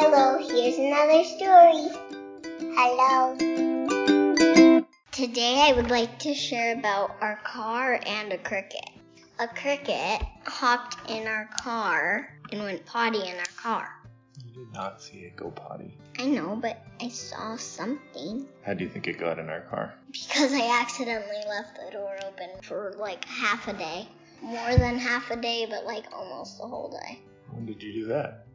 here's another story. Hello. Today I would like to share about our car and a cricket. A cricket hopped in our car and went potty in our car. You did not see it go potty. I know, but I saw something How do you think it got in our car? because I accidentally left the door open for like half a day. More than half a day, but like almost the whole day. When did you do that?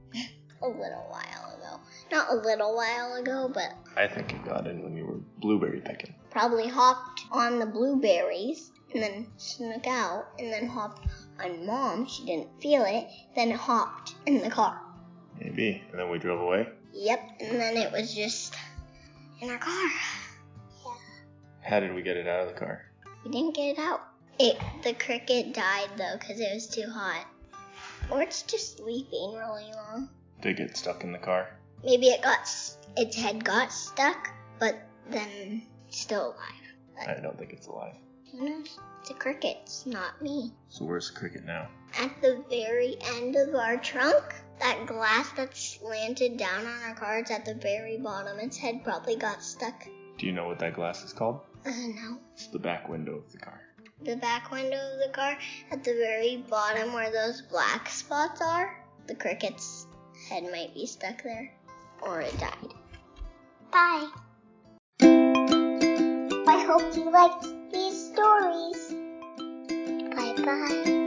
A little while ago. Not a little while ago, but I think it got in when you were blueberry picking. probably hopped on the blueberries and then snuck out and then hopped on mom. She didn't feel it. Then it hopped in the car. Maybe. And then we drove away. Yep. And then it was just in our car. How did we get it out of the car? We didn't get it out. It the cricket died though because it was too hot. Or it's just sleeping really long. Did it get stuck in the car? Maybe it got s- its head got stuck, but then still alive. I don't think it's alive. Who knows? It's a cricket. It's not me. So where's the cricket now? At the very end of our trunk, that glass that's slanted down on our car, it's at the very bottom. Its head probably got stuck. Do you know what that glass is called? Uh, no. It's the back window of the car. The back window of the car, at the very bottom where those black spots are, the cricket's head might be stuck there. Or it died. Bye. I hope you liked these stories. Bye bye.